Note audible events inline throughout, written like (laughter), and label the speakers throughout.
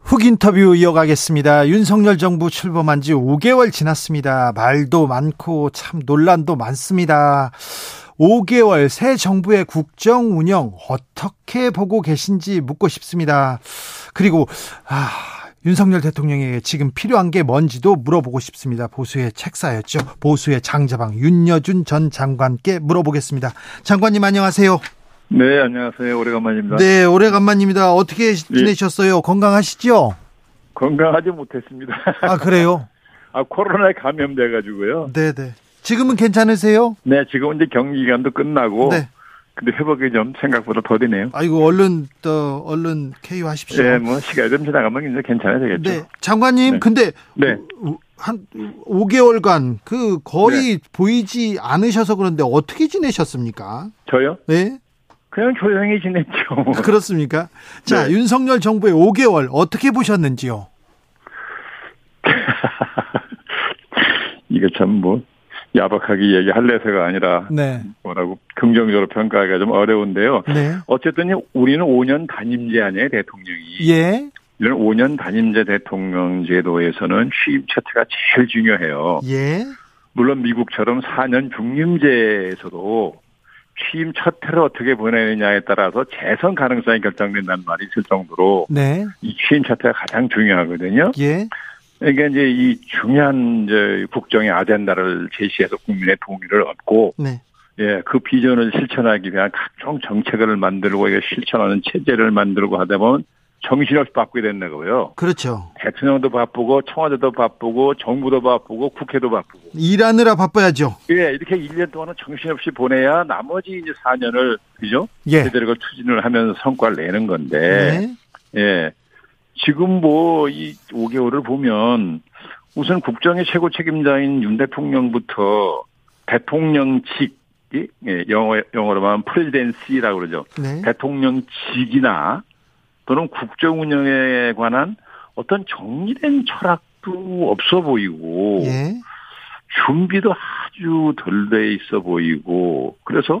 Speaker 1: 훅 인터뷰 이어가겠습니다. 윤석열 정부 출범한 지 5개월 지났습니다. 말도 많고 참 논란도 많습니다. 5개월 새 정부의 국정 운영 어떻게 보고 계신지 묻고 싶습니다. 그리고 아, 윤석열 대통령에게 지금 필요한 게 뭔지도 물어보고 싶습니다. 보수의 책사였죠. 보수의 장자방 윤여준 전 장관께 물어보겠습니다. 장관님 안녕하세요.
Speaker 2: 네, 안녕하세요. 예. 오래간만입니다.
Speaker 1: 네, 오래간만입니다. 어떻게 지내셨어요? 건강하시죠?
Speaker 2: 건강하지 못했습니다. (laughs)
Speaker 1: 아, 그래요?
Speaker 2: 아, 코로나에 감염돼가지고요.
Speaker 1: 네, 네. 지금은 괜찮으세요?
Speaker 2: 네, 지금 이제 격리 기간도 끝나고.
Speaker 1: 네.
Speaker 2: 근데 회복이 좀 생각보다 더디네요.
Speaker 1: 아이고, 얼른, 또, 얼른 쾌유하십시오.
Speaker 2: 예, 뭐, 시간이 좀 지나가면 이제 괜찮아지겠죠.
Speaker 1: 그렇죠. 네, 장관님,
Speaker 2: 그렇죠. 네.
Speaker 1: 근데
Speaker 2: 네.
Speaker 1: 우- 한 5개월간 그 거의
Speaker 2: 네.
Speaker 1: 보이지 않으셔서 그런데 어떻게 지내셨습니까?
Speaker 2: 저요?
Speaker 1: 네,
Speaker 2: 그냥 조용히 지냈죠.
Speaker 1: 그렇습니까? 자,
Speaker 2: 어. 네.
Speaker 1: 윤석열 정부의 5개월 어떻게 보셨는지요?
Speaker 2: (laughs) 이거 참 뭐, 야박하게 얘기할래서가 아니라,
Speaker 1: 네,
Speaker 2: 뭐라고, 긍정적으로 평가하기가 좀 어려운데요.
Speaker 1: 네,
Speaker 2: 어쨌든 우리는 5년 단임제 아니에요, 대통령이.
Speaker 1: 예,
Speaker 2: 이런 5년 단임제 대통령 제도에서는 취임 체제가 제일 중요해요.
Speaker 1: 예,
Speaker 2: 물론 미국처럼 4년 중임제에서도 취임 첫 해를 어떻게 보내느냐에 따라서 재선 가능성이 결정된다는 말이 있을 정도로
Speaker 1: 네,
Speaker 2: 이 취임 첫 해가 가장 중요하거든요.
Speaker 1: 예,
Speaker 2: 그러니까 이제 이 중요한 이제 국정의 아젠다를 제시해서 국민의 동의를 얻고
Speaker 1: 네,
Speaker 2: 예, 그 비전을 실천하기 위한 각종 정책을 만들고 이게 실천하는 체제를 만들고 하다 보면 정신없이 바꾸게 된다고요
Speaker 1: 그렇죠.
Speaker 2: 대통령도 바쁘고 청와대도 바쁘고 정부도 바쁘고 국회도 바쁘고
Speaker 1: 일하느라 바빠야죠.
Speaker 2: 예 이렇게 1년 동안은 정신없이 보내야 나머지 이제 4년을 그죠
Speaker 1: 예,
Speaker 2: 제대로 그 추진을 하면서 성과를 내는 건데
Speaker 1: 네,
Speaker 2: 예 지금 뭐 이 5개월을 보면 우선 국정의 최고 책임자인 윤 대통령부터 대통령직 이 예, 영어 영어로만 프레지덴시라고 그러죠
Speaker 1: 네,
Speaker 2: 대통령직이나 또는 국정 운영에 관한 어떤 정리된 철학도 없어 보이고
Speaker 1: 예,
Speaker 2: 준비도 아주 덜 돼 있어 보이고 그래서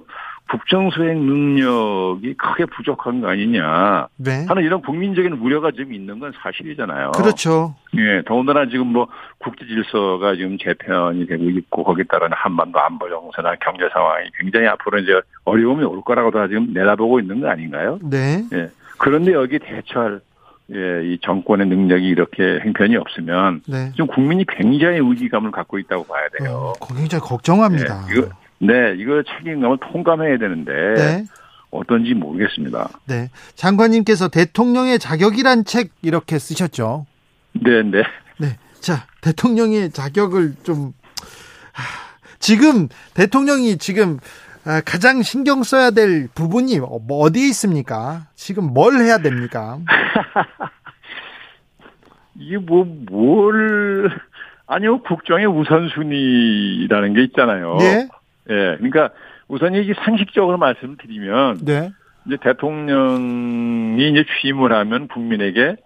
Speaker 2: 국정 수행 능력이 크게 부족한 거 아니냐
Speaker 1: 네.
Speaker 2: 하는 이런 국민적인 우려가 지금 있는 건 사실이잖아요.
Speaker 1: 그렇죠.
Speaker 2: 예, 더군다나 지금 뭐 국제 질서가 지금 재편이 되고 있고 거기에 따른 한반도 안보 정세나 경제 상황이 굉장히 앞으로 이제 어려움이 올 거라고 다 지금 내다보고 있는 거 아닌가요?
Speaker 1: 네.
Speaker 2: 예. 그런데 여기 대처할 예, 이 정권의 능력이 이렇게 행편이 없으면
Speaker 1: 네.
Speaker 2: 지금 국민이 굉장히 위기감을 갖고 있다고 봐야 돼요.
Speaker 1: 어, 굉장히 걱정합니다.
Speaker 2: 예, 이거- 예. 네, 이거 책임감을 통감해야 되는데
Speaker 1: 네.
Speaker 2: 어떤지 모르겠습니다.
Speaker 1: 네. 장관님께서 대통령의 자격이란 책 이렇게 쓰셨죠.
Speaker 2: 네, 네.
Speaker 1: 네. 자, 대통령의 자격을 좀 하, 지금 대통령이 지금 아, 가장 신경 써야 될 부분이 어- 뭐 어디에 있습니까? 지금 뭘 해야 됩니까?
Speaker 2: 이게 뭐, 뭘, 아니요, 국정의 우선순위라는 게 있잖아요.
Speaker 1: 네.
Speaker 2: 예, 그러니까 우선 이게 상식적으로 말씀드리면
Speaker 1: 네.
Speaker 2: 이제 대통령이 이제 취임을 하면 국민에게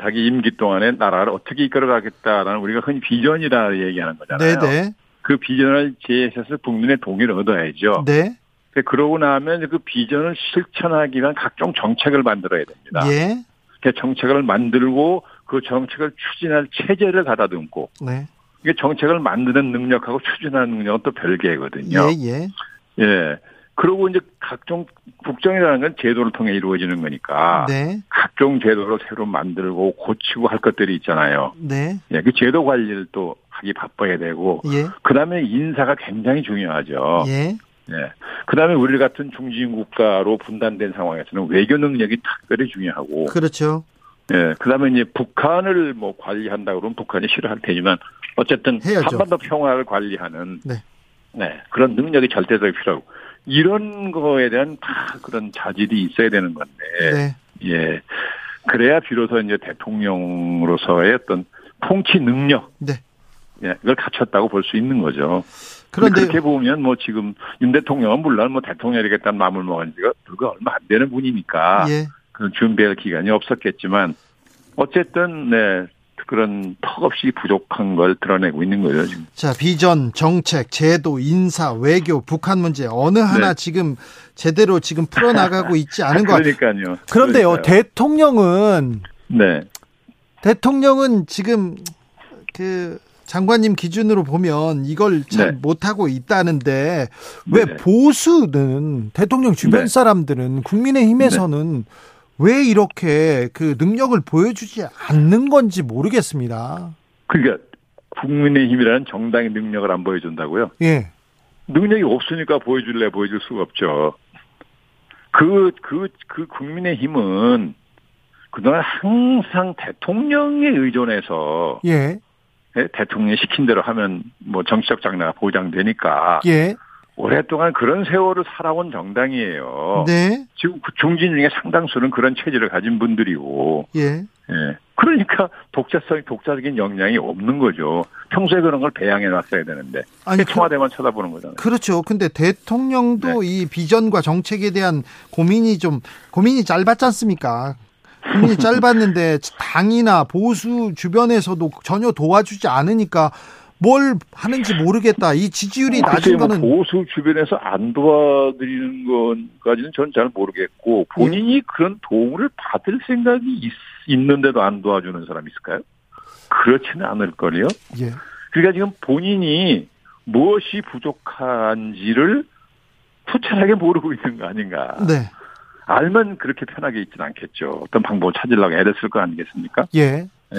Speaker 2: 자기 임기 동안에 나라를 어떻게 이끌어가겠다라는 우리가 흔히 비전이라 얘기하는
Speaker 1: 네,
Speaker 2: 거잖아요.
Speaker 1: 네.
Speaker 2: 그 비전을 제시해서 국민의 동의를 얻어야죠.
Speaker 1: 네.
Speaker 2: 근데 그러고 나면 이제 그 비전을 실천하기 위한 각종 정책을 만들어야 됩니다.
Speaker 1: 예.
Speaker 2: 그 정책을 만들고 그 정책을 추진할 체제를 가다듬고
Speaker 1: 네.
Speaker 2: 이게 정책을 만드는 능력하고 추진하는 능력은 또 별개거든요.
Speaker 1: 예, 예.
Speaker 2: 예. 그러고 이제 각종 국정이라는 건 제도를 통해 이루어지는 거니까
Speaker 1: 네.
Speaker 2: 각종 제도를 새로 만들고 고치고 할 것들이 있잖아요.
Speaker 1: 네.
Speaker 2: 예, 그 제도 관리를 또 하기 바빠야 되고
Speaker 1: 예.
Speaker 2: 그다음에 인사가 굉장히 중요하죠.
Speaker 1: 예.
Speaker 2: 예. 그다음에 우리 같은 중진 국가로 분단된 상황에서는 외교 능력이 특별히 중요하고
Speaker 1: 그렇죠.
Speaker 2: 예. 그다음에 이제 북한을 뭐 관리한다 그러면 북한이 싫어할 테지만 어쨌든
Speaker 1: 해야죠.
Speaker 2: 한반도 평화를 관리하는
Speaker 1: 네.
Speaker 2: 네, 그런 능력이 절대적으로 필요하고 이런 거에 대한 다 그런 자질이 있어야 되는 건데
Speaker 1: 네.
Speaker 2: 예 그래야 비로소 이제 대통령으로서의 어떤 통치 능력.
Speaker 1: 네.
Speaker 2: 예, 이걸 갖췄다고 볼 수 있는 거죠. 그런데
Speaker 1: 그런데
Speaker 2: 그렇게 보면 뭐 지금 윤 대통령은 물론 뭐 대통령이 되겠다는 마음을 먹은 지가 불과 얼마 안 되는 분이니까
Speaker 1: 예.
Speaker 2: 그런 준비할 기간이 없었겠지만 어쨌든 네 그런 턱없이 부족한 걸 드러내고 있는 거죠 지금.
Speaker 1: 자, 비전, 정책, 제도, 인사, 외교, 북한 문제 어느 하나
Speaker 2: 네.
Speaker 1: 지금 제대로 지금 풀어 나가고
Speaker 2: (laughs)
Speaker 1: 있지 않은 것 같아요.
Speaker 2: 그러니까요.
Speaker 1: 그런데요,
Speaker 2: 그러니까요.
Speaker 1: 대통령은
Speaker 2: 네,
Speaker 1: 대통령은 지금 그 장관님 기준으로 보면 이걸 잘
Speaker 2: 네.
Speaker 1: 못하고 있다는데 왜
Speaker 2: 네.
Speaker 1: 보수는 대통령 주변
Speaker 2: 네.
Speaker 1: 사람들은 국민의힘에서는 왜 이렇게 그 능력을 보여주지 않는 건지 모르겠습니다.
Speaker 2: 그러니까 국민의힘이라는 정당의 능력을 안 보여준다고요.
Speaker 1: 예.
Speaker 2: 능력이 없으니까 보여줄래 보여줄 수가 없죠. 그, 그, 그 국민의힘은 그동안 항상 대통령에 의존해서
Speaker 1: 예.
Speaker 2: 예, 대통령이 시킨 대로 하면 뭐 정치적 장래가 보장되니까
Speaker 1: 예.
Speaker 2: 오랫동안 그런 세월을 살아온 정당이에요.
Speaker 1: 네.
Speaker 2: 지금 그 중진 중에 상당수는 그런 체질을 가진 분들이고,
Speaker 1: 예.
Speaker 2: 예. 그러니까 독자성, 독자적인 역량이 없는 거죠. 평소에 그런 걸 배양해 놨어야 되는데.
Speaker 1: 아니 그-
Speaker 2: 청와대만 쳐다보는 거잖아요.
Speaker 1: 그렇죠. 근데 대통령도 이 비전과 정책에 대한 고민이 좀 고민이 짧았지 않습니까? 고민이 짧았는데 당이나 보수 주변에서도 전혀 도와주지 않으니까 뭘 하는지 모르겠다. 이 지지율이 낮은
Speaker 2: 글쎄요, 뭐
Speaker 1: 거는
Speaker 2: 보수 주변에서 안 도와드리는 것까지는 전 잘 모르겠고
Speaker 1: 네.
Speaker 2: 본인이 그런 도움을 받을 생각이 있, 는데도안 도와주는 사람이 있을까요? 그렇지는 않을 거요.
Speaker 1: 예.
Speaker 2: 그러니까 지금 본인이 무엇이 부족한지를 투철하게 모르고 있는 거 아닌가.
Speaker 1: 네.
Speaker 2: 알면 그렇게 편하게 있지는 않겠죠. 어떤 방법을 찾으려고 애를 쓸 거 아니겠습니까?
Speaker 1: 예.
Speaker 2: 예.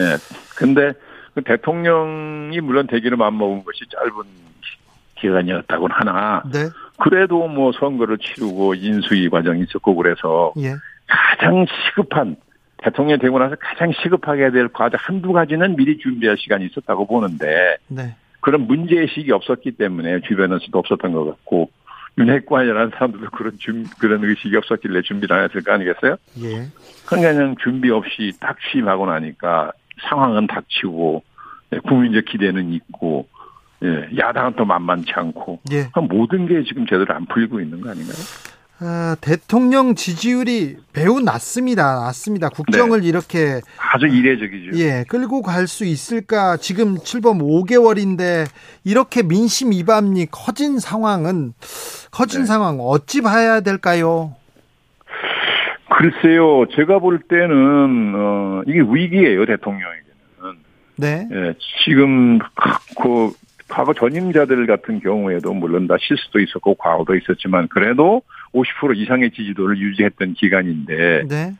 Speaker 2: 근데 그 대통령이 물론 대기를 맘먹은 것이 짧은 기간이었다곤 하나
Speaker 1: 네.
Speaker 2: 그래도 뭐 선거를 치르고 인수위 과정이 있었고 그래서
Speaker 1: 예.
Speaker 2: 가장 시급한 대통령이 되고 나서 가장 시급하게 해야 될 과제 한두 가지는 미리 준비할 시간이 있었다고 보는데
Speaker 1: 네.
Speaker 2: 그런 문제의식이 없었기 때문에 주변에서도 없었던 것 같고 윤핵관이라는 사람들도 그런 준, 그런 의식이 없었길래 준비를 안 했을 거 아니겠어요?
Speaker 1: 예.
Speaker 2: 그러니까 그냥 준비 없이 딱 취임하고 나니까 상황은 닥치고 예, 국민적 기대는 있고 예, 야당은 또 만만치 않고
Speaker 1: 예.
Speaker 2: 그럼 모든 게 지금 제대로 안 풀리고 있는 거 아닌가요?
Speaker 1: 아, 대통령 지지율이 매우 낮습니다. 낮습니다. 국정을 이렇게
Speaker 2: 아주 이례적이죠.
Speaker 1: 예, 끌고 갈 수 있을까? 지금 출범 5개월인데 이렇게 민심 이반이 커진 상황은 커진
Speaker 2: 네.
Speaker 1: 상황 어찌 봐야 될까요?
Speaker 2: 글쎄요, 제가 볼 때는 어, 이게 위기예요 대통령에게는.
Speaker 1: 네.
Speaker 2: 예, 지금 그 과거 전임자들 같은 경우에도 물론 다 실수도 있었고 과오도 있었지만 그래도 50% 이상의 지지도를 유지했던 기간인데
Speaker 1: 네.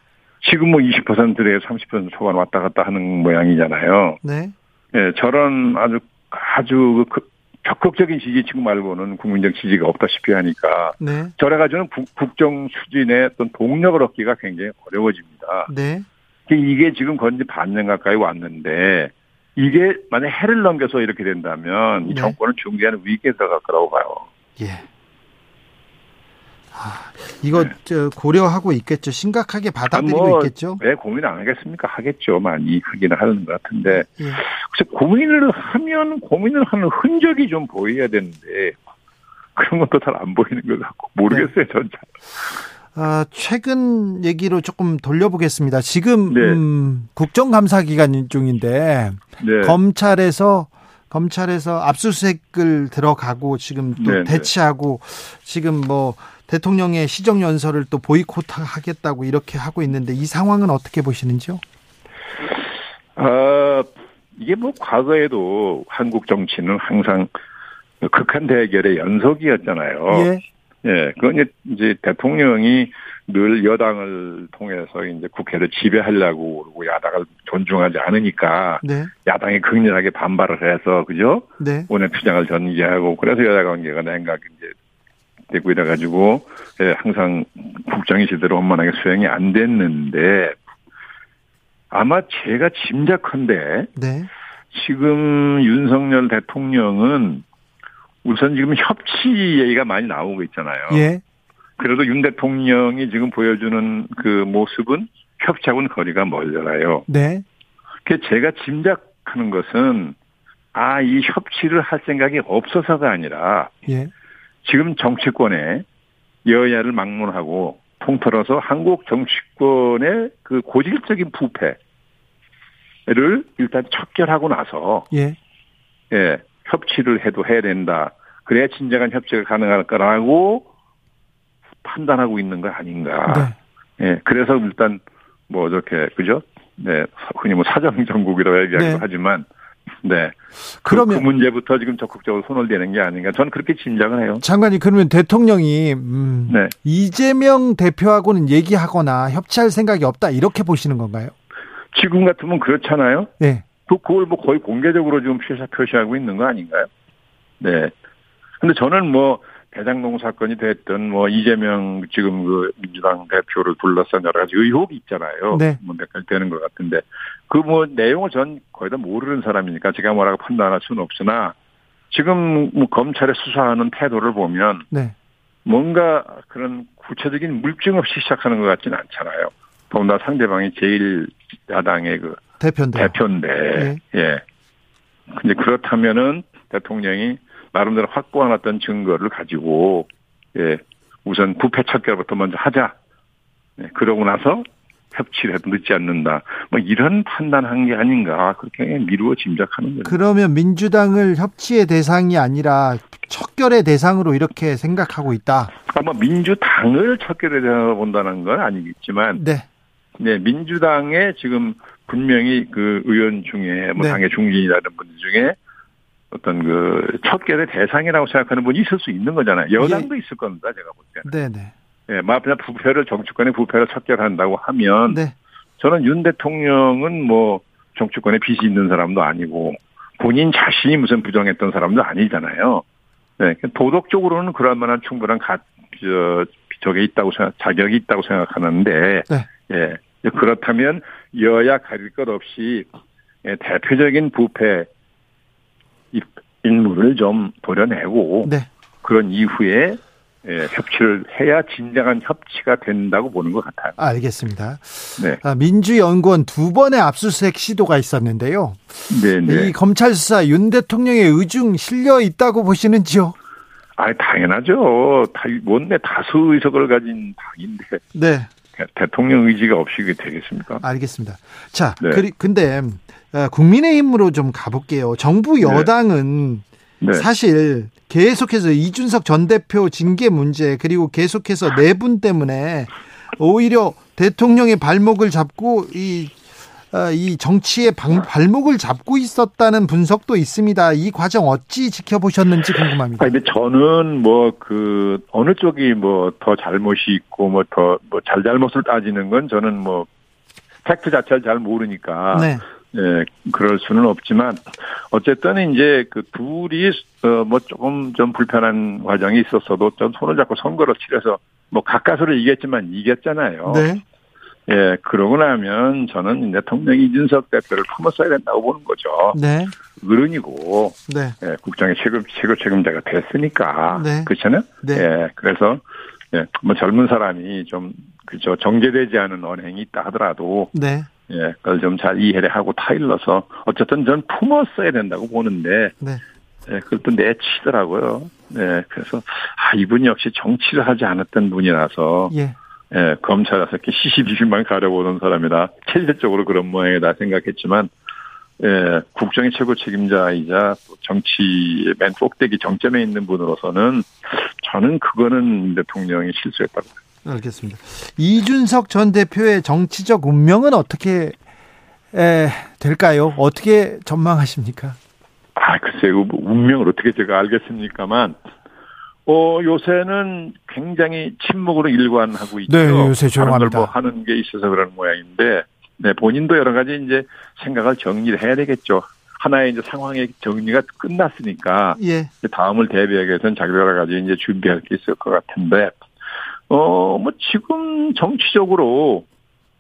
Speaker 2: 지금 뭐 20%에서 30% 초반 왔다 갔다 하는 모양이잖아요.
Speaker 1: 네.
Speaker 2: 예, 저런 아주 아주 그 적극적인 지지층 말고는 국민적 지지가 없다시피 하니까
Speaker 1: 네.
Speaker 2: 저래 가지고는 국- 국정 추진에 어떤 동력을 얻기가 굉장히 어려워집니다.
Speaker 1: 네.
Speaker 2: 그 이게 지금 건지 반년 가까이 왔는데 이게 만약 해를 넘겨서 이렇게 된다면 이
Speaker 1: 네.
Speaker 2: 정권은 중대한 위기에 들어갈 거라고 봐요.
Speaker 1: 예. 아, 이거 저 고려하고 있겠죠. 심각하게 받아들이고
Speaker 2: 아, 네. 뭐,
Speaker 1: 있겠죠.
Speaker 2: 왜 고민 안 하겠습니까? 하겠죠. 많이 하기는 하는 것 같은데
Speaker 1: 예.
Speaker 2: 글쎄, 고민을 하면 고민을 하는 흔적이 좀 보여야 되는데 그런 것도 잘 안 보이는 것 같고
Speaker 1: 네.
Speaker 2: 모르겠어요 전 잘.
Speaker 1: 아, 최근 얘기로 조금 돌려보겠습니다. 지금
Speaker 2: 네.
Speaker 1: 음, 국정감사 기간 중인데
Speaker 2: 네.
Speaker 1: 검찰에서 검찰에서 압수수색을 들어가고 지금 또
Speaker 2: 네, 네.
Speaker 1: 대치하고 지금 뭐 대통령의 시정 연설을 또 보이콧하겠다고 이렇게 하고 있는데 이 상황은 어떻게 보시는지요?
Speaker 2: 아, 이게 뭐 과거에도 한국 정치는 항상 극한 대결의 연속이었잖아요.
Speaker 1: 예,
Speaker 2: 예, 그건 이제- 이제 대통령이 늘 여당을 통해서 이제 국회를 지배하려고 그러고 야당을 존중하지 않으니까
Speaker 1: 네,
Speaker 2: 야당이 극렬하게 반발을 해서 그죠?
Speaker 1: 네,
Speaker 2: 원외 투쟁을 전개하고 그래서 여자 관계가 냉각 이제 되고 이래가지고 예, 항상 국정이 제대로 원만하게 수행이 안 됐는데 아마 제가 짐작컨대
Speaker 1: 네,
Speaker 2: 지금 윤석열 대통령은 우선 지금 협치 얘기가 많이 나오고 있잖아요.
Speaker 1: 예,
Speaker 2: 그래도 윤 대통령이 지금 보여주는 그 모습은 협치하고는 거리가 멀잖아요.
Speaker 1: 네,
Speaker 2: 그 제가 짐작 하는 것은 아, 이 협치를 할 생각이 없어서가 아니라
Speaker 1: 예.
Speaker 2: 지금 정치권에 여야를 막론하고 통틀어서 한국 정치권의 그 고질적인 부패를 일단 척결하고 나서
Speaker 1: 예.
Speaker 2: 예, 협치를 해도 해야 된다. 그래야 진정한 협치가 가능할 거라고 판단하고 있는 거 아닌가.
Speaker 1: 네.
Speaker 2: 예, 그래서 일단 뭐 이렇게 그죠? 네, 흔히 뭐 사정 정국이라고 얘기하기도
Speaker 1: 네.
Speaker 2: 하지만 네, 그, 그
Speaker 1: 그러면
Speaker 2: 문제부터 지금 적극적으로 손을 대는 게 아닌가. 저는 그렇게 짐작을 해요.
Speaker 1: 장관님 그러면 대통령이 음,
Speaker 2: 네,
Speaker 1: 이재명 대표하고는 얘기하거나 협치할 생각이 없다 이렇게 보시는 건가요?
Speaker 2: 지금 같으면 그렇잖아요.
Speaker 1: 예.
Speaker 2: 그 그걸 뭐 거의 공개적으로 지금 표시, 표시하고 있는 거 아닌가요? 네. 근데 저는 뭐 대장동 사건이 됐든 뭐 이재명 지금 그 민주당 대표를 둘러싼 여러 가지 의혹이 있잖아요.
Speaker 1: 네.
Speaker 2: 뭐 몇 가지 되는 것 같은데 그 뭐 내용을 전 거의 다 모르는 사람이니까 제가 뭐라고 판단할 수는 없으나 지금 뭐 검찰의 수사하는 태도를 보면
Speaker 1: 네.
Speaker 2: 뭔가 그런 구체적인 물증 없이 시작하는 것 같지는 않잖아요. 더군다나 상대방이 제일 야당의 그
Speaker 1: 대표인데.
Speaker 2: 대표인데, 예. 근데 그렇다면은 대통령이 나름대로 확보해놨던 증거를 가지고, 예, 우선 부패 척결부터 먼저 하자. 예, 그러고 나서 협치를 해도 늦지 않는다. 뭐 이런 판단한 게 아닌가. 그렇게 미루어 짐작하는 거죠.
Speaker 1: 그러면 민주당을 협치의 대상이 아니라 척결의 대상으로 이렇게 생각하고 있다.
Speaker 2: 아마 민주당을 척결해 본다는 건 아니겠지만,
Speaker 1: 네.
Speaker 2: 네, 민주당의 지금 분명히 그 의원 중에 뭐
Speaker 1: 네.
Speaker 2: 당의 중진이라는 분들 중에 어떤 그 척결의 대상이라고 생각하는 분이 있을 수 있는 거잖아요. 여당도 있을 겁니다. 제가 볼 때는.
Speaker 1: 네, 네.
Speaker 2: 예, 마피아 부패를 정치권의 부패를 척결한다고 하면
Speaker 1: 네.
Speaker 2: 저는 윤 대통령은 뭐 정치권에 빚이 있는 사람도 아니고 본인 자신이 무슨 부정했던 사람도 아니잖아요. 네, 도덕적으로는 그럴 만한 충분한 가, 저, 저게 있다고 생각, 자격이 있다고 생각하는데,
Speaker 1: 네.
Speaker 2: 예, 그렇다면 여야 가릴 것 없이 예, 대표적인 부패 이- 인물을 좀 도려내고
Speaker 1: 네.
Speaker 2: 그런 이후에 예, 협치를 해야 진정한 협치가 된다고 보는 것 같아요.
Speaker 1: 알겠습니다.
Speaker 2: 네,
Speaker 1: 아, 민주연구원 두 번의 압수수색 시도가 있었는데요.
Speaker 2: 네, 네.
Speaker 1: 이 검찰 수사 윤 대통령의 의중 실려 있다고 보시는지요?
Speaker 2: 아, 당연하죠. 다, 원내 다수 의석을 가진 당인데
Speaker 1: 네,
Speaker 2: 대- 대통령 의지가 없이 그게 되겠습니까?
Speaker 1: 알겠습니다. 자,
Speaker 2: 네.
Speaker 1: 그리, 근데 어, 국민의힘으로 좀 가볼게요. 정부 여당은
Speaker 2: 네,
Speaker 1: 사실 계속해서 이준석 전 대표 징계 문제 그리고 계속해서 내분 때문에 오히려 대통령의 발목을 잡고 이, 어, 이 정치의 방- 발목을 잡고 있었다는 분석도 있습니다. 이 과정 어찌 지켜보셨는지 궁금합니다.
Speaker 2: 아니, 근데 저는 뭐 그 어느 쪽이 뭐 더 잘못이 있고 뭐 더 뭐 잘잘못을 따지는 건 저는 뭐 팩트 자체를 잘 모르니까
Speaker 1: 네,
Speaker 2: 예 그럴 수는 없지만 어쨌든 이제 그 둘이 어, 뭐 조금 좀 불편한 과정이 있었어도 좀 손을 잡고 선거를 치러서 뭐 가까스로 이겼지만 이겼잖아요.
Speaker 1: 네,
Speaker 2: 예 그러고 나면 저는 대통령 이준석 대표를 품었어야 된다고 보는 거죠.
Speaker 1: 네,
Speaker 2: 어른이고
Speaker 1: 네,
Speaker 2: 예, 국장의 최고 최고 책임자가 됐으니까
Speaker 1: 네.
Speaker 2: 그렇잖아요.
Speaker 1: 네.
Speaker 2: 예, 그래서 예, 뭐 젊은 사람이 좀 그저 정제되지 않은 언행이 있다 하더라도
Speaker 1: 네,
Speaker 2: 예, 그걸 좀 잘 이해를 하고 타일러서 어쨌든 전 품었어야 된다고 보는데
Speaker 1: 네.
Speaker 2: 예, 그걸 또 내치더라고요. 예, 그래서 아 이분 역시 정치를 하지 않았던 분이라서
Speaker 1: 예.
Speaker 2: 예, 검찰에서 이렇게 시시비비만 가려보는 사람이라 체질적으로 그런 모양이다 생각했지만, 예, 국정의 최고 책임자이자 또 정치의 맨 꼭대기 정점에 있는 분으로서는 저는 그거는 대통령이 실수했다고. 봐요.
Speaker 1: 알겠습니다. 이준석 전 대표의 정치적 운명은 어떻게 에, 될까요? 어떻게 전망하십니까?
Speaker 2: 아, 글쎄요. 뭐 운명을 어떻게 제가 알겠습니까만, 어, 요새는 굉장히 침묵으로 일관하고 있죠.
Speaker 1: 네, 요새 조용합니다.
Speaker 2: 사람들 뭐 하는 게 있어서 그런 모양인데, 네, 본인도 여러 가지 이제 생각을 정리를 해야 되겠죠. 하나의 이제 상황의 정리가 끝났으니까,
Speaker 1: 예,
Speaker 2: 이제 다음을 대비하기 위해서는 자기 여러 가지 이제 준비할 게 있을 것 같은데, 어, 뭐 지금 정치적으로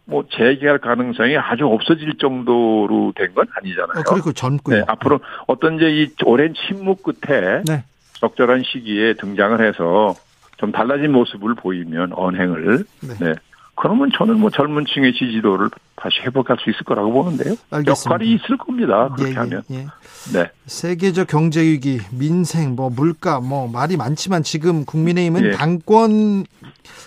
Speaker 2: 뭐 재개할 가능성이 아주 없어질 정도로 된 건 아니잖아요.
Speaker 1: 어, 그리고
Speaker 2: 네,
Speaker 1: 젊고요.
Speaker 2: 앞으로 어떤 이제 이 오랜 침묵 끝에
Speaker 1: 네.
Speaker 2: 적절한 시기에 등장을 해서 좀 달라진 모습을 보이면 언행을
Speaker 1: 네.
Speaker 2: 네. 그러면 저는 뭐 젊은 층의 지지도를 다시 회복할 수 있을 거라고 보는데요.
Speaker 1: 알겠습니다.
Speaker 2: 역할이 있을 겁니다. 그렇게
Speaker 1: 예, 예,
Speaker 2: 하면.
Speaker 1: 예.
Speaker 2: 네.
Speaker 1: 세계적 경제 위기, 민생, 뭐 물가, 뭐 말이 많지만 지금 국민의힘은
Speaker 2: 예.
Speaker 1: 당권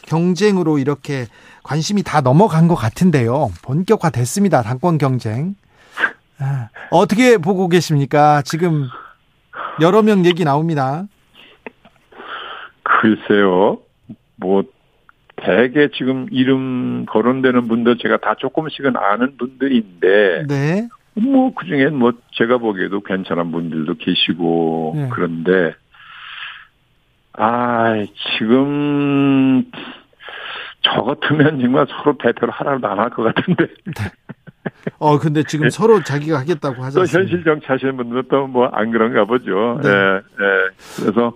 Speaker 1: 경쟁으로 이렇게 관심이 다 넘어간 것 같은데요. 본격화됐습니다. 당권 경쟁. 아, 어떻게 보고 계십니까? 지금 여러 명 얘기 나옵니다.
Speaker 2: 글쎄요. 뭐 대개 지금 이름 거론되는 분들 제가 다 조금씩은 아는 분들인데
Speaker 1: 네,
Speaker 2: 뭐 그중엔 뭐 제가 보기에도 괜찮은 분들도 계시고
Speaker 1: 네.
Speaker 2: 그런데 아 지금 저 같으면 정말 서로 대표로 하라고도 안 할 것
Speaker 1: (laughs)
Speaker 2: 같은데
Speaker 1: 어 근데 지금 서로 자기가 하겠다고 하지
Speaker 2: 예. 또
Speaker 1: 않습니까?
Speaker 2: 현실 정치 하시는 분들은 또 뭐 안 그런가 보죠.
Speaker 1: 네.
Speaker 2: 예, 예. 그래서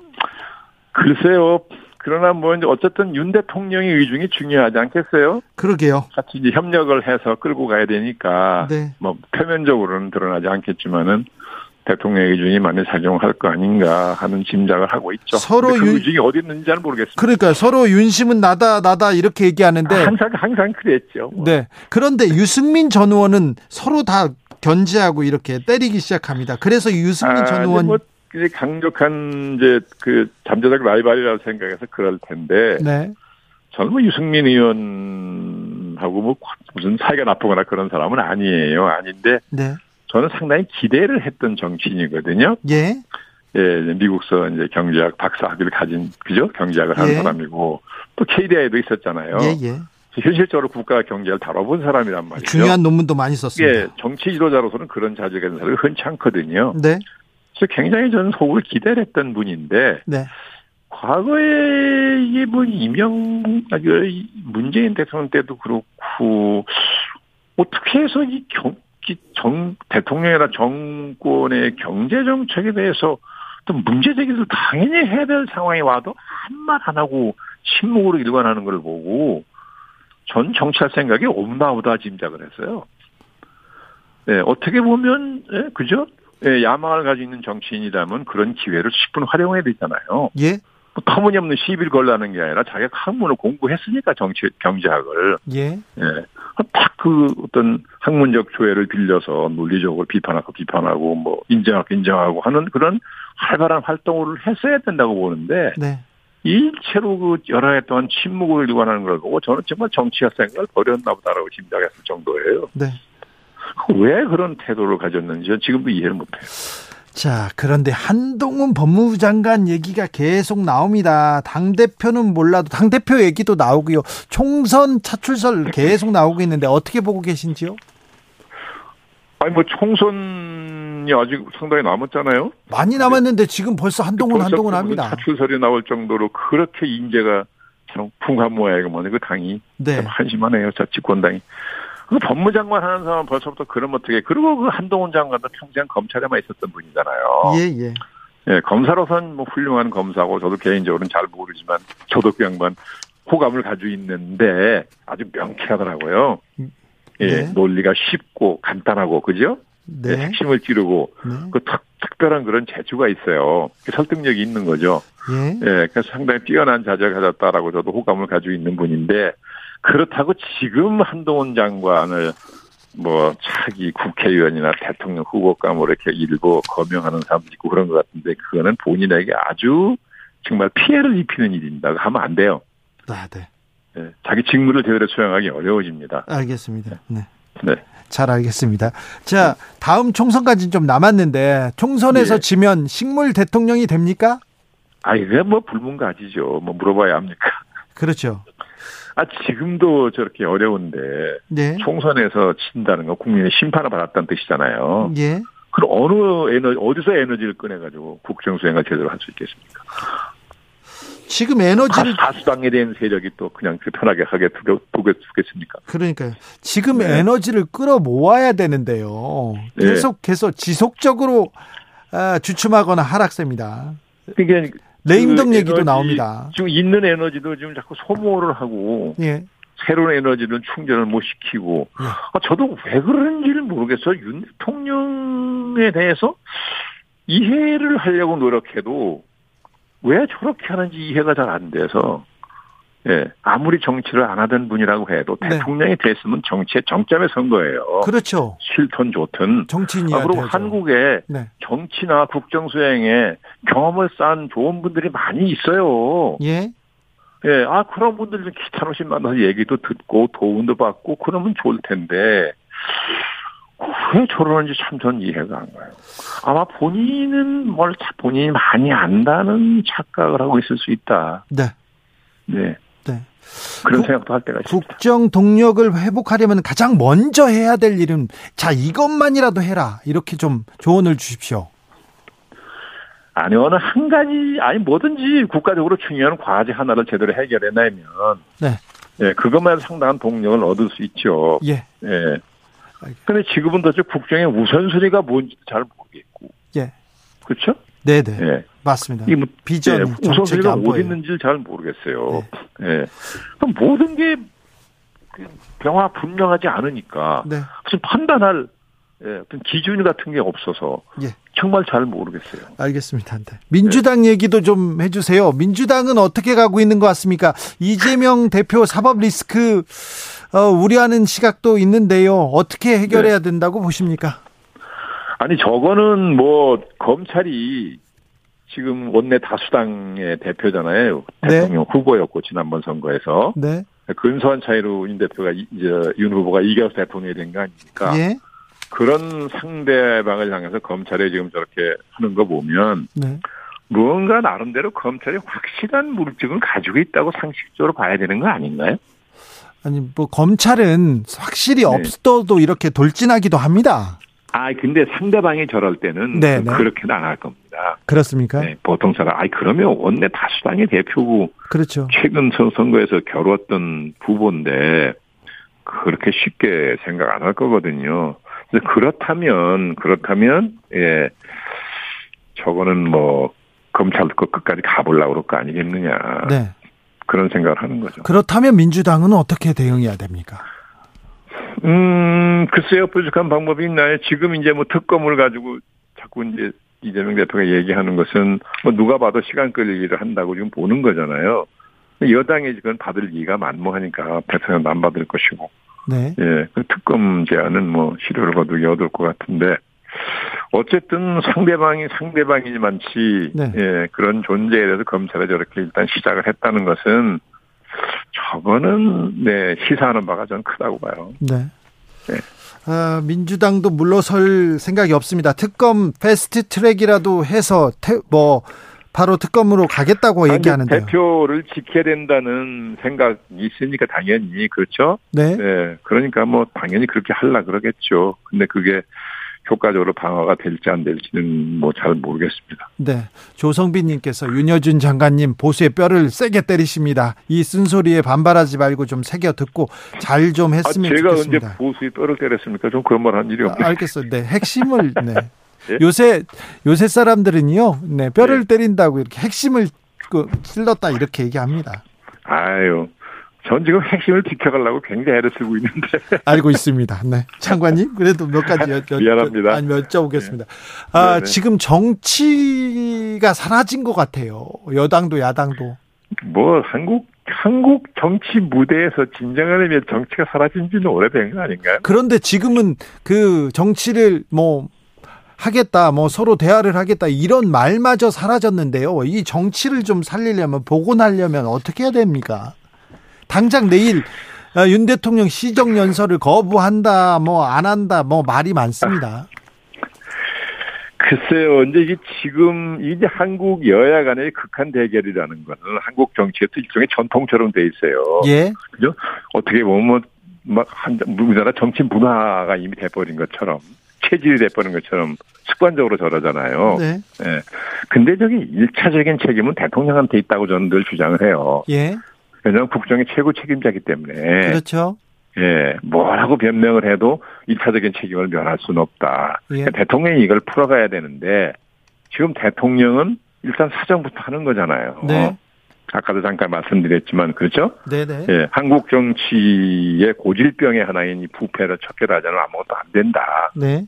Speaker 2: 글쎄요. 그러나 뭐 이제 어쨌든 윤 대통령의 의중이 중요하지 않겠어요?
Speaker 1: 그러게요.
Speaker 2: 같이 이제 협력을 해서 끌고 가야 되니까
Speaker 1: 네.
Speaker 2: 뭐 표면적으로는 드러나지 않겠지만은 대통령의 의중이 많이 작용할 거 아닌가 하는 짐작을 하고 있죠.
Speaker 1: 서로
Speaker 2: 근데 그
Speaker 1: 윤-
Speaker 2: 의중이 어디 있는지 잘 모르겠습니다.
Speaker 1: 그러니까 서로 윤심은 나다 나다 이렇게 얘기하는데
Speaker 2: 항상 항상 그랬죠. 뭐.
Speaker 1: 네. 그런데 유승민 전 의원은 서로 다 견제하고 이렇게 때리기 시작합니다. 그래서 유승민
Speaker 2: 아,
Speaker 1: 전
Speaker 2: 이제
Speaker 1: 의원
Speaker 2: 뭐 이제 강력한 이제 그 잠재적 라이벌이라고 생각해서 그럴 텐데
Speaker 1: 네.
Speaker 2: 저는 뭐 유승민 의원하고 뭐 무슨 사이가 나쁘거나 그런 사람은 아니에요. 아닌데
Speaker 1: 네.
Speaker 2: 저는 상당히 기대를 했던 정치인이거든요.
Speaker 1: 예.
Speaker 2: 예, 이제 미국서 이제 경제학 박사 학위를 가진 그죠? 경제학을 하는
Speaker 1: 예.
Speaker 2: 사람이고 또 KDI도 있었잖아요.
Speaker 1: 예, 예.
Speaker 2: 현실적으로 국가 경제를 다뤄본 사람이란 말이죠.
Speaker 1: 중요한 논문도 많이 썼습니다.
Speaker 2: 예, 정치 지도자로서는 그런 자질가 있는 사람이 흔치 않거든요.
Speaker 1: 네.
Speaker 2: 그래서 굉장히 저는 속을 기대를 했던 분인데
Speaker 1: 네.
Speaker 2: 과거에 이게 뭐 이명 아, 그 문재인 대통령 때도 그렇고 어떻게 해서 이 경, 이 정, 대통령이나 정권의 경제 정책에 대해서 또 문제 제기도 당연히 해야 될 상황이 와도 한 말 안 하고 침묵으로 일관하는 걸 보고 전 정치할 생각이 없나 보다 짐작을 했어요. 네, 어떻게 보면 예, 그죠? 예, 야망을 가지고 있는 정치인이라면 그런 기회를 십분 활용해야 되잖아요.
Speaker 1: 예.
Speaker 2: 뭐 터무니없는 시비를 걸라는 게 아니라 자기가 학문을 공부했으니까 정치 경제학을
Speaker 1: 예.
Speaker 2: 예. 딱 그 어떤 학문적 조회를 빌려서 논리적으로 비판하고 비판하고 뭐 인정하고 인정하고 하는 그런 활발한 활동을 했어야 된다고 보는데
Speaker 1: 네.
Speaker 2: 일체로 그 여러 해 동안 침묵을 일관하는 걸 보고 저는 정말 정치학 생각을 버렸나 보다라고 짐작했을 정도예요.
Speaker 1: 네.
Speaker 2: 왜 그런 태도를 가졌는지 저는 지금도 이해를 못해요.
Speaker 1: 자, 그런데 한동훈 법무부 장관 얘기가 계속 나옵니다. 당대표는 몰라도 당대표 얘기도 나오고요. 총선 차출설 계속 나오고 있는데 어떻게 보고 계신지요?
Speaker 2: 아니 뭐 총선이 아직 상당히 남았잖아요.
Speaker 1: 많이 남았는데 지금 벌써 한동훈
Speaker 2: 벌써
Speaker 1: 한동훈
Speaker 2: 그분은
Speaker 1: 합니다.
Speaker 2: 차출설이 나올 정도로 그렇게 인재가 참 풍한 모양이구만. 그 당이
Speaker 1: 네.
Speaker 2: 참 한심하네요. 자 집권당이. 그 법무장관 하는 사람은 벌써부터 그럼 어떻게? 그리고 그 한동훈 장관도 평생 검찰에만 있었던 분이잖아요.
Speaker 1: 예, 예.
Speaker 2: 예, 검사로선 뭐 훌륭한 검사고 저도 개인적으로는 잘 모르지만 저도 그 양반 호감을 가지고 있는데 아주 명쾌하더라고요. 예,
Speaker 1: 네.
Speaker 2: 논리가 쉽고 간단하고 그죠? 예,
Speaker 1: 네.
Speaker 2: 핵심을 찌르고
Speaker 1: 네.
Speaker 2: 그 특, 특별한 그런 재주가 있어요. 그 설득력이 있는 거죠.
Speaker 1: 예.
Speaker 2: 예, 그래서 상당히 뛰어난 자제를 가졌다라고 저도 호감을 가지고 있는 분인데 그렇다고 지금 한동훈 장관을 뭐 차기 국회의원이나 대통령 후보감으로 이렇게 일부 거명하는 사람도 있고 그런 것 같은데 그거는 본인에게 아주 정말 피해를 입히는 일입니다. 하면 안 돼요.
Speaker 1: 아, 네.
Speaker 2: 예, 자기 직무를 제대로 수행하기 어려워집니다.
Speaker 1: 알겠습니다. 네.
Speaker 2: 네.
Speaker 1: 잘 알겠습니다. 자, 다음 총선까지 좀 남았는데 총선에서
Speaker 2: 예.
Speaker 1: 지면 식물 대통령이 됩니까?
Speaker 2: 아, 이게 뭐 불문가지죠. 뭐 물어봐야 합니까?
Speaker 1: 그렇죠.
Speaker 2: 아, 지금도 저렇게 어려운데
Speaker 1: 네.
Speaker 2: 총선에서 친다는 건 국민의 심판을 받았다는 뜻이잖아요.
Speaker 1: 예.
Speaker 2: 그럼 어느 에너 어디서 에너지를 꺼내가지고 국정 수행을 제대로 할 수 있겠습니까?
Speaker 1: 지금 에너지를
Speaker 2: 가, 수당에 대한 세력이 또 그냥 그 편하게 하게 두게 두겠습니까?
Speaker 1: 그러니까요. 지금
Speaker 2: 네.
Speaker 1: 에너지를 끌어 모아야 되는데요.
Speaker 2: 네.
Speaker 1: 계속해서 지속적으로 아, 주춤하거나 하락세입니다.
Speaker 2: 그게
Speaker 1: 레임덕 얘기도
Speaker 2: 에너지-
Speaker 1: 나옵니다.
Speaker 2: 지금 있는 에너지도 지금 자꾸 소모를 하고
Speaker 1: 예.
Speaker 2: 새로운 에너지는 충전을 못 시키고
Speaker 1: 네.
Speaker 2: 아, 저도 왜 그런지를 모르겠어요. 윤 대통령에 대해서 이해를 하려고 노력해도 왜 저렇게 하는지 이해가 잘 안 돼서 예, 아무리 정치를 안 하던 분이라고 해도
Speaker 1: 네.
Speaker 2: 대통령이 됐으면 정치의 정점에 선 거예요.
Speaker 1: 그렇죠.
Speaker 2: 싫든 좋든.
Speaker 1: 정치인이야.
Speaker 2: 앞으로 어. 아, 한국에
Speaker 1: 네.
Speaker 2: 정치나 국정 수행에 경험을 쌓은 좋은 분들이 많이 있어요.
Speaker 1: 예.
Speaker 2: 예, 아 그런 분들 좀 기차 없이 만나서 얘기도 듣고 도움도 받고 그러면 좋을 텐데 왜 저러는지 참 전 이해가 안 가요. 아마 본인은 뭘 자- 본인이 많이 안다는 착각을 하고 있을 수 있다.
Speaker 1: 네.
Speaker 2: 네,
Speaker 1: 네.
Speaker 2: 그런
Speaker 1: 국-
Speaker 2: 생각도 할 때가 있습니다.
Speaker 1: 국정 동력을 회복하려면 가장 먼저 해야 될 일은 자 이것만이라도 해라 이렇게 좀 조언을 주십시오.
Speaker 2: 아니 어느 한 가지 아니 뭐든지 국가적으로 중요한 과제 하나를 제대로 해결해내면
Speaker 1: 네.
Speaker 2: 예, 그것만 상당한 동력을 얻을 수 있죠.
Speaker 1: 예,
Speaker 2: 예. 근데 지금은 도대체 국정의 우선순위가 뭔지 잘 모르겠고.
Speaker 1: 예.
Speaker 2: 그렇죠?
Speaker 1: 네, 네,
Speaker 2: 예.
Speaker 1: 맞습니다.
Speaker 2: 이게 뭐
Speaker 1: 비전
Speaker 2: 예,
Speaker 1: 정책이
Speaker 2: 우선순위가
Speaker 1: 안
Speaker 2: 어디
Speaker 1: 보여요.
Speaker 2: 있는지 잘 모르겠어요. 예. 그럼 모든 게그 병화 분명하지 않으니까
Speaker 1: 네,
Speaker 2: 무슨 판단할 예, 어떤 기준 같은 게 없어서
Speaker 1: 예.
Speaker 2: 정말 잘 모르겠어요.
Speaker 1: 알겠습니다. 네.
Speaker 2: 예.
Speaker 1: 민주당 얘기도 좀 해주세요. 민주당은 어떻게 가고 있는 것 같습니까?
Speaker 2: (laughs)
Speaker 1: 이재명 대표 사법 리스크 어, 우려하는 시각도 있는데요. 어떻게
Speaker 2: 네.
Speaker 1: 해결해야 된다고 보십니까?
Speaker 2: 아니 저거는 뭐 검찰이 지금 원내 다수당의 대표잖아요.
Speaker 1: 네.
Speaker 2: 대통령 후보였고 지난번 선거에서
Speaker 1: 네,
Speaker 2: 근소한 차이로 윤 대표가 이- 이제 윤 후보가 이겨서 대통령이 된 거 아닙니까?
Speaker 1: 예,
Speaker 2: 그런 상대방을 향해서 검찰이 지금 저렇게 하는 거 보면
Speaker 1: 네,
Speaker 2: 무언가 나름대로 검찰이 확실한 물증을 가지고 있다고 상식적으로 봐야 되는 거 아닌가요?
Speaker 1: 아니 뭐 검찰은 확실히
Speaker 2: 네.
Speaker 1: 없어도 이렇게 돌진하기도 합니다.
Speaker 2: 아, 근데 상대방이 저럴 때는
Speaker 1: 네, 네.
Speaker 2: 그렇게는 안 할 겁니다.
Speaker 1: 그렇습니까?
Speaker 2: 네, 보통 사람, 아이 그러면 원내 다수당의 대표고
Speaker 1: 그렇죠.
Speaker 2: 최근 선- 선거에서 겨뤘던 후보인데 그렇게 쉽게 생각 안 할 거거든요. 근데 그렇다면 그렇다면 예 저거는 뭐 검찰도 끝까지 가보려고 그럴 거 아니겠느냐
Speaker 1: 네.
Speaker 2: 그런 생각을 하는 거죠.
Speaker 1: 그렇다면 민주당은 어떻게 대응해야 됩니까?
Speaker 2: 음 글쎄요 부족한 방법이 있나요? 지금 이제 뭐 특검을 가지고 자꾸 이제 이재명 대표가 얘기하는 것은 뭐 누가 봐도 시간 끌기를 한다고 지금 보는 거잖아요. 여당이 지금 받을 이가 만무하니까 대통령도 안 받을 것이고
Speaker 1: 네.
Speaker 2: 예, 그 특검 제안은 뭐 실효를 거두기 어려울 것 같은데 어쨌든 상대방이 상대방이지만치
Speaker 1: 네.
Speaker 2: 예, 그런 존재에 대해서 검찰에 저렇게 일단 시작을 했다는 것은 저거는 네 시사하는 바가 전 크다고 봐요.
Speaker 1: 네.
Speaker 2: 네.
Speaker 1: 아, 민주당도 물러설 생각이 없습니다. 특검 패스트 트랙이라도 해서 태- 뭐 바로 특검으로 가겠다고
Speaker 2: 아니,
Speaker 1: 뭐 얘기하는데요.
Speaker 2: 대표를 지켜야 된다는 생각이 있으니까 당연히 그렇죠.
Speaker 1: 네.
Speaker 2: 예, 그러니까 뭐 당연히 그렇게 하려 그러겠죠. 근데 그게 효과적으로 방어가 될지 안 될지는 뭐 잘 모르겠습니다.
Speaker 1: 네. 조성빈 님께서 윤여준 장관님 보수의 뼈를 세게 때리십니다. 이 쓴소리에 반발하지 말고 좀 새겨 듣고 잘 좀
Speaker 2: 아,
Speaker 1: 했으면
Speaker 2: 제가 언제
Speaker 1: 좋겠습니다.
Speaker 2: 보수의 뼈를 때렸습니까? 좀 그런 말 한 일이 없는데.
Speaker 1: 아, 알겠어요. 네. 핵심을
Speaker 2: (laughs)
Speaker 1: 네.
Speaker 2: 예?
Speaker 1: 요새 요새 사람들은요. 네. 뼈를 때린다고 이렇게 핵심을 그 찔렀다 이렇게 얘기합니다.
Speaker 2: 아유. 전 지금 핵심을 지켜가려고 굉장히 애를 쓰고 있는데. (laughs)
Speaker 1: 알고 있습니다. 네. 장관님 그래도 몇 가지 여, 여,
Speaker 2: 미안합니다. 예.
Speaker 1: 아니 여쭤보겠습니다. 아,
Speaker 2: 네네.
Speaker 1: 지금 정치가 사라진 것 같아요. 여당도 야당도.
Speaker 2: 뭐, 한국, 한국 정치 무대에서 진정한 의미의 정치가 사라진 지는 오래된 거 아닌가요?
Speaker 1: 그런데 지금은 그 정치를 뭐 하겠다, 뭐 서로 대화를 하겠다 이런 말마저 사라졌는데요. 이 정치를 좀 살리려면 복원하려면 어떻게 해야 됩니까? 당장 내일 어, 윤 대통령 시정 연설을 거부한다, 뭐 안 한다, 뭐 말이 많습니다.
Speaker 2: 글쎄요, 이제 이게 지금, 이게 한국 여야 간의 극한 대결이라는 거는 한국 정치에서 일종의 전통처럼 돼 있어요.
Speaker 1: 예,
Speaker 2: 어떻게 보면, 막, 한, 우리나라 정치 문화가 이미 돼버린 것처럼, 체질이 돼버린 것처럼 습관적으로 저러잖아요.
Speaker 1: 네,
Speaker 2: 예. 근데 저기 일차적인 책임은 대통령한테 있다고 저는 늘 주장을 해요.
Speaker 1: 예,
Speaker 2: 왜냐하면 국정의 최고 책임자이기 때문에.
Speaker 1: 그렇죠.
Speaker 2: 예. 뭐라고 변명을 해도 일차적인 책임을 면할 수는 없다.
Speaker 1: 예,
Speaker 2: 그러니까 대통령이 이걸 풀어가야 되는데 지금 대통령은 일단 사정부터 하는 거잖아요.
Speaker 1: 네,
Speaker 2: 아까도 잠깐 말씀드렸지만 그렇죠?
Speaker 1: 네, 네,
Speaker 2: 예. 한국 정치의 고질병의 하나인 이 부패를 척결하자는 아무것도 안 된다.
Speaker 1: 네,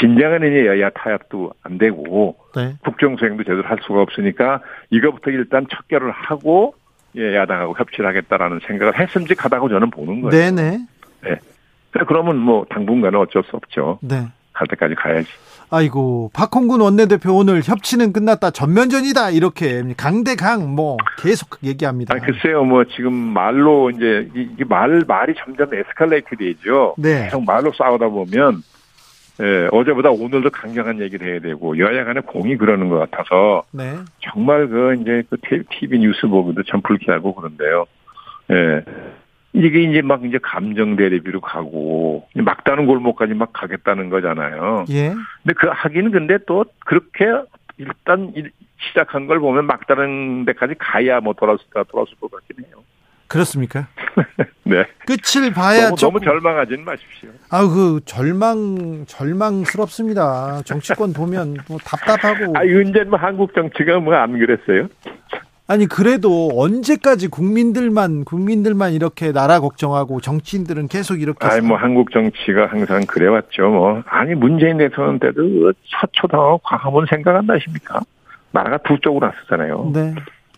Speaker 2: 진정한 의미의 여야 타협도 안 되고
Speaker 1: 네,
Speaker 2: 국정 수행도 제대로 할 수가 없으니까 이거부터 일단 척결을 하고 예, 야당하고 협치를 하겠다라는 생각을 했음직하다고 저는 보는 거예요.
Speaker 1: 네네.
Speaker 2: 그러니까 그러면 뭐 당분간은 어쩔 수 없죠.
Speaker 1: 네.
Speaker 2: 갈 때까지 가야지.
Speaker 1: 아이고 박홍근 원내대표 오늘 협치는 끝났다 전면전이다 이렇게 강대강 뭐 계속 얘기합니다.
Speaker 2: 아니, 글쎄요, 뭐, 지금 말로, 이제, 이, 이 말, 말이 점점 에스컬레이트 되죠.
Speaker 1: 네.
Speaker 2: 계속 말로 싸우다 보면, 예, 어제보다 오늘도 강경한 얘기를 해야 되고, 여야 간에 공이 그러는 것 같아서,
Speaker 1: 네.
Speaker 2: 정말 그, 이제, 그 티- TV 뉴스 보고도 참 불쾌하고 그런데요. 예. 이게 이제 막 이제 감정 대립으로 가고, 막다른 골목까지 막 가겠다는 거잖아요.
Speaker 1: 예.
Speaker 2: 근데 그 하긴 근데 또 그렇게 일단 일- 시작한 걸 보면 막다른 데까지 가야 뭐 돌아올, 돌아올 것 같긴 해요.
Speaker 1: 그렇습니까?
Speaker 2: (laughs) 네.
Speaker 1: 끝을 봐야
Speaker 2: 너무,
Speaker 1: 조금 어.
Speaker 2: 너무 절망하지는 마십시오.
Speaker 1: 아그 절망 절망스럽습니다. 정치권 보면 뭐 답답하고
Speaker 2: 아, 언제는 한국 정치가 뭐 안 그랬어요?
Speaker 1: 아니 그래도 언제까지 국민들만 국민들만 이렇게 나라 걱정하고 정치인들은 계속 이렇게
Speaker 2: 아니, 뭐 한국 정치가 항상 그래왔죠. 뭐. 아니, 문재인 대통령 때도 서초당하고 광화문 생각한다십니까? 나라가 두 쪽으로 났었잖아요.
Speaker 1: 네.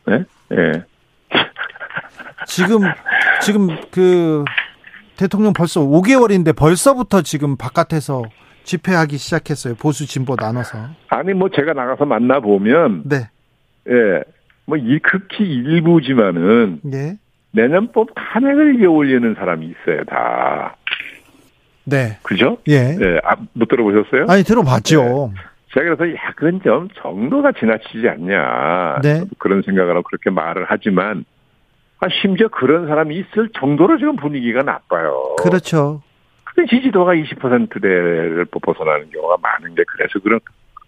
Speaker 2: 네? 예.
Speaker 1: 지금 지금 그 대통령 벌써 5개월인데 벌써부터 지금 바깥에서 집회하기 시작했어요. 보수 진보 나눠서.
Speaker 2: 아니, 뭐 제가 나가서 만나보면,
Speaker 1: 네.
Speaker 2: 예. 뭐, 이 극히 일부지만은,
Speaker 1: 예.
Speaker 2: 내년법 탄핵을 이겨 올리는 사람이 있어요, 다.
Speaker 1: 네.
Speaker 2: 그죠?
Speaker 1: 예.
Speaker 2: 예, 아, 못 들어보셨어요?
Speaker 1: 아니 들어봤죠.
Speaker 2: 제가 그래서 약간 좀 정도가 지나치지 않냐.
Speaker 1: 네.
Speaker 2: 저도 그런 생각을 하고 그렇게 말을 하지만, 아, 심지어 그런 사람이 있을 정도로 지금 분위기가 나빠요.
Speaker 1: 그렇죠.
Speaker 2: 근데 지지도가 20%대를 벗어나는 경우가 많은데, 그래서 그런,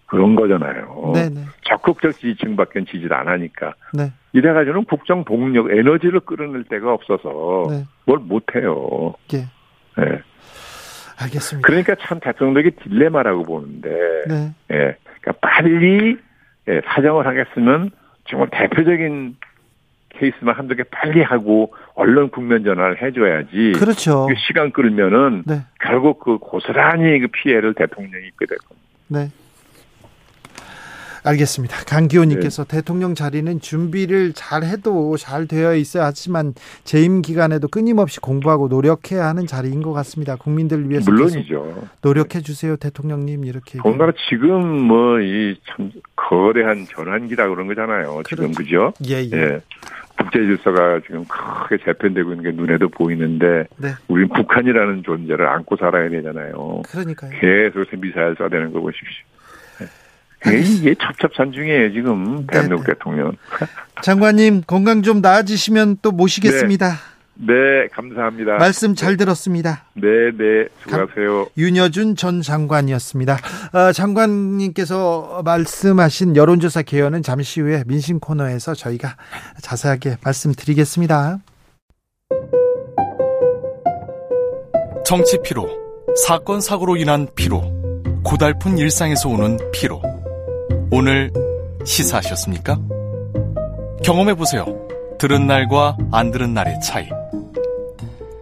Speaker 2: 그런 거잖아요.
Speaker 1: 네, 네.
Speaker 2: 적극적 지지층밖에 지지를 안 하니까.
Speaker 1: 네.
Speaker 2: 이래가지고는 국정 동력, 에너지를 끌어낼 데가 없어서
Speaker 1: 네.
Speaker 2: 뭘 못해요.
Speaker 1: 예.
Speaker 2: 예.
Speaker 1: 알겠습니다.
Speaker 2: 그러니까 참 대통령에게 딜레마라고 보는데,
Speaker 1: 네.
Speaker 2: 예. 그러니까 빨리 예, 사정을 하겠으면 정말 대표적인 케이스만 한두 개 빨리 하고 언론 국면 전환을 해줘야지.
Speaker 1: 그렇죠.
Speaker 2: 이게 시간 끌면은
Speaker 1: 네.
Speaker 2: 결국 그 고스란히 그 피해를 대통령이 입게 될 겁니다.
Speaker 1: 네. 알겠습니다. 강기호님께서
Speaker 2: 네.
Speaker 1: 대통령 자리는 준비를 잘 해도 잘 되어 있어야 하지만 재임 기간에도 끊임없이 공부하고 노력해야 하는 자리인 것 같습니다. 국민들 위해서 계속 예.
Speaker 2: 물론이죠.
Speaker 1: 노력해 주세요, 대통령님 이렇게.
Speaker 2: 더군다나 지금 뭐 이 참 거대한 전환기라 그런 거잖아요. 지금 그죠?
Speaker 1: 예, 예.
Speaker 2: 예. 국제 질서가 지금 크게 재편되고 있는 게 눈에도 보이는데
Speaker 1: 네.
Speaker 2: 우린 북한이라는 존재를 안고 살아야 되잖아요.
Speaker 1: 그러니까요.
Speaker 2: 계속해서 미사일 쏴대는 거 보십시오. 예. 이게 첩첩산 중이에요 지금 대한민국
Speaker 1: 네, 네.
Speaker 2: 대통령. (laughs)
Speaker 1: 장관님 건강 좀 나아지시면 또 모시겠습니다.
Speaker 2: 네 감사합니다.
Speaker 1: 말씀 잘 들었습니다.
Speaker 2: 네네 수고하세요.
Speaker 1: 윤여준 전 장관이었습니다. 어, 장관님께서 말씀하신 여론조사 개요는 잠시 후에 민심 코너에서 저희가 자세하게 말씀드리겠습니다.
Speaker 3: 정치 피로, 사건 사고로 인한 피로, 고달픈 일상에서 오는 피로. 오늘 시사하셨습니까? 경험해 보세요. 들은 날과 안 들은 날의 차이.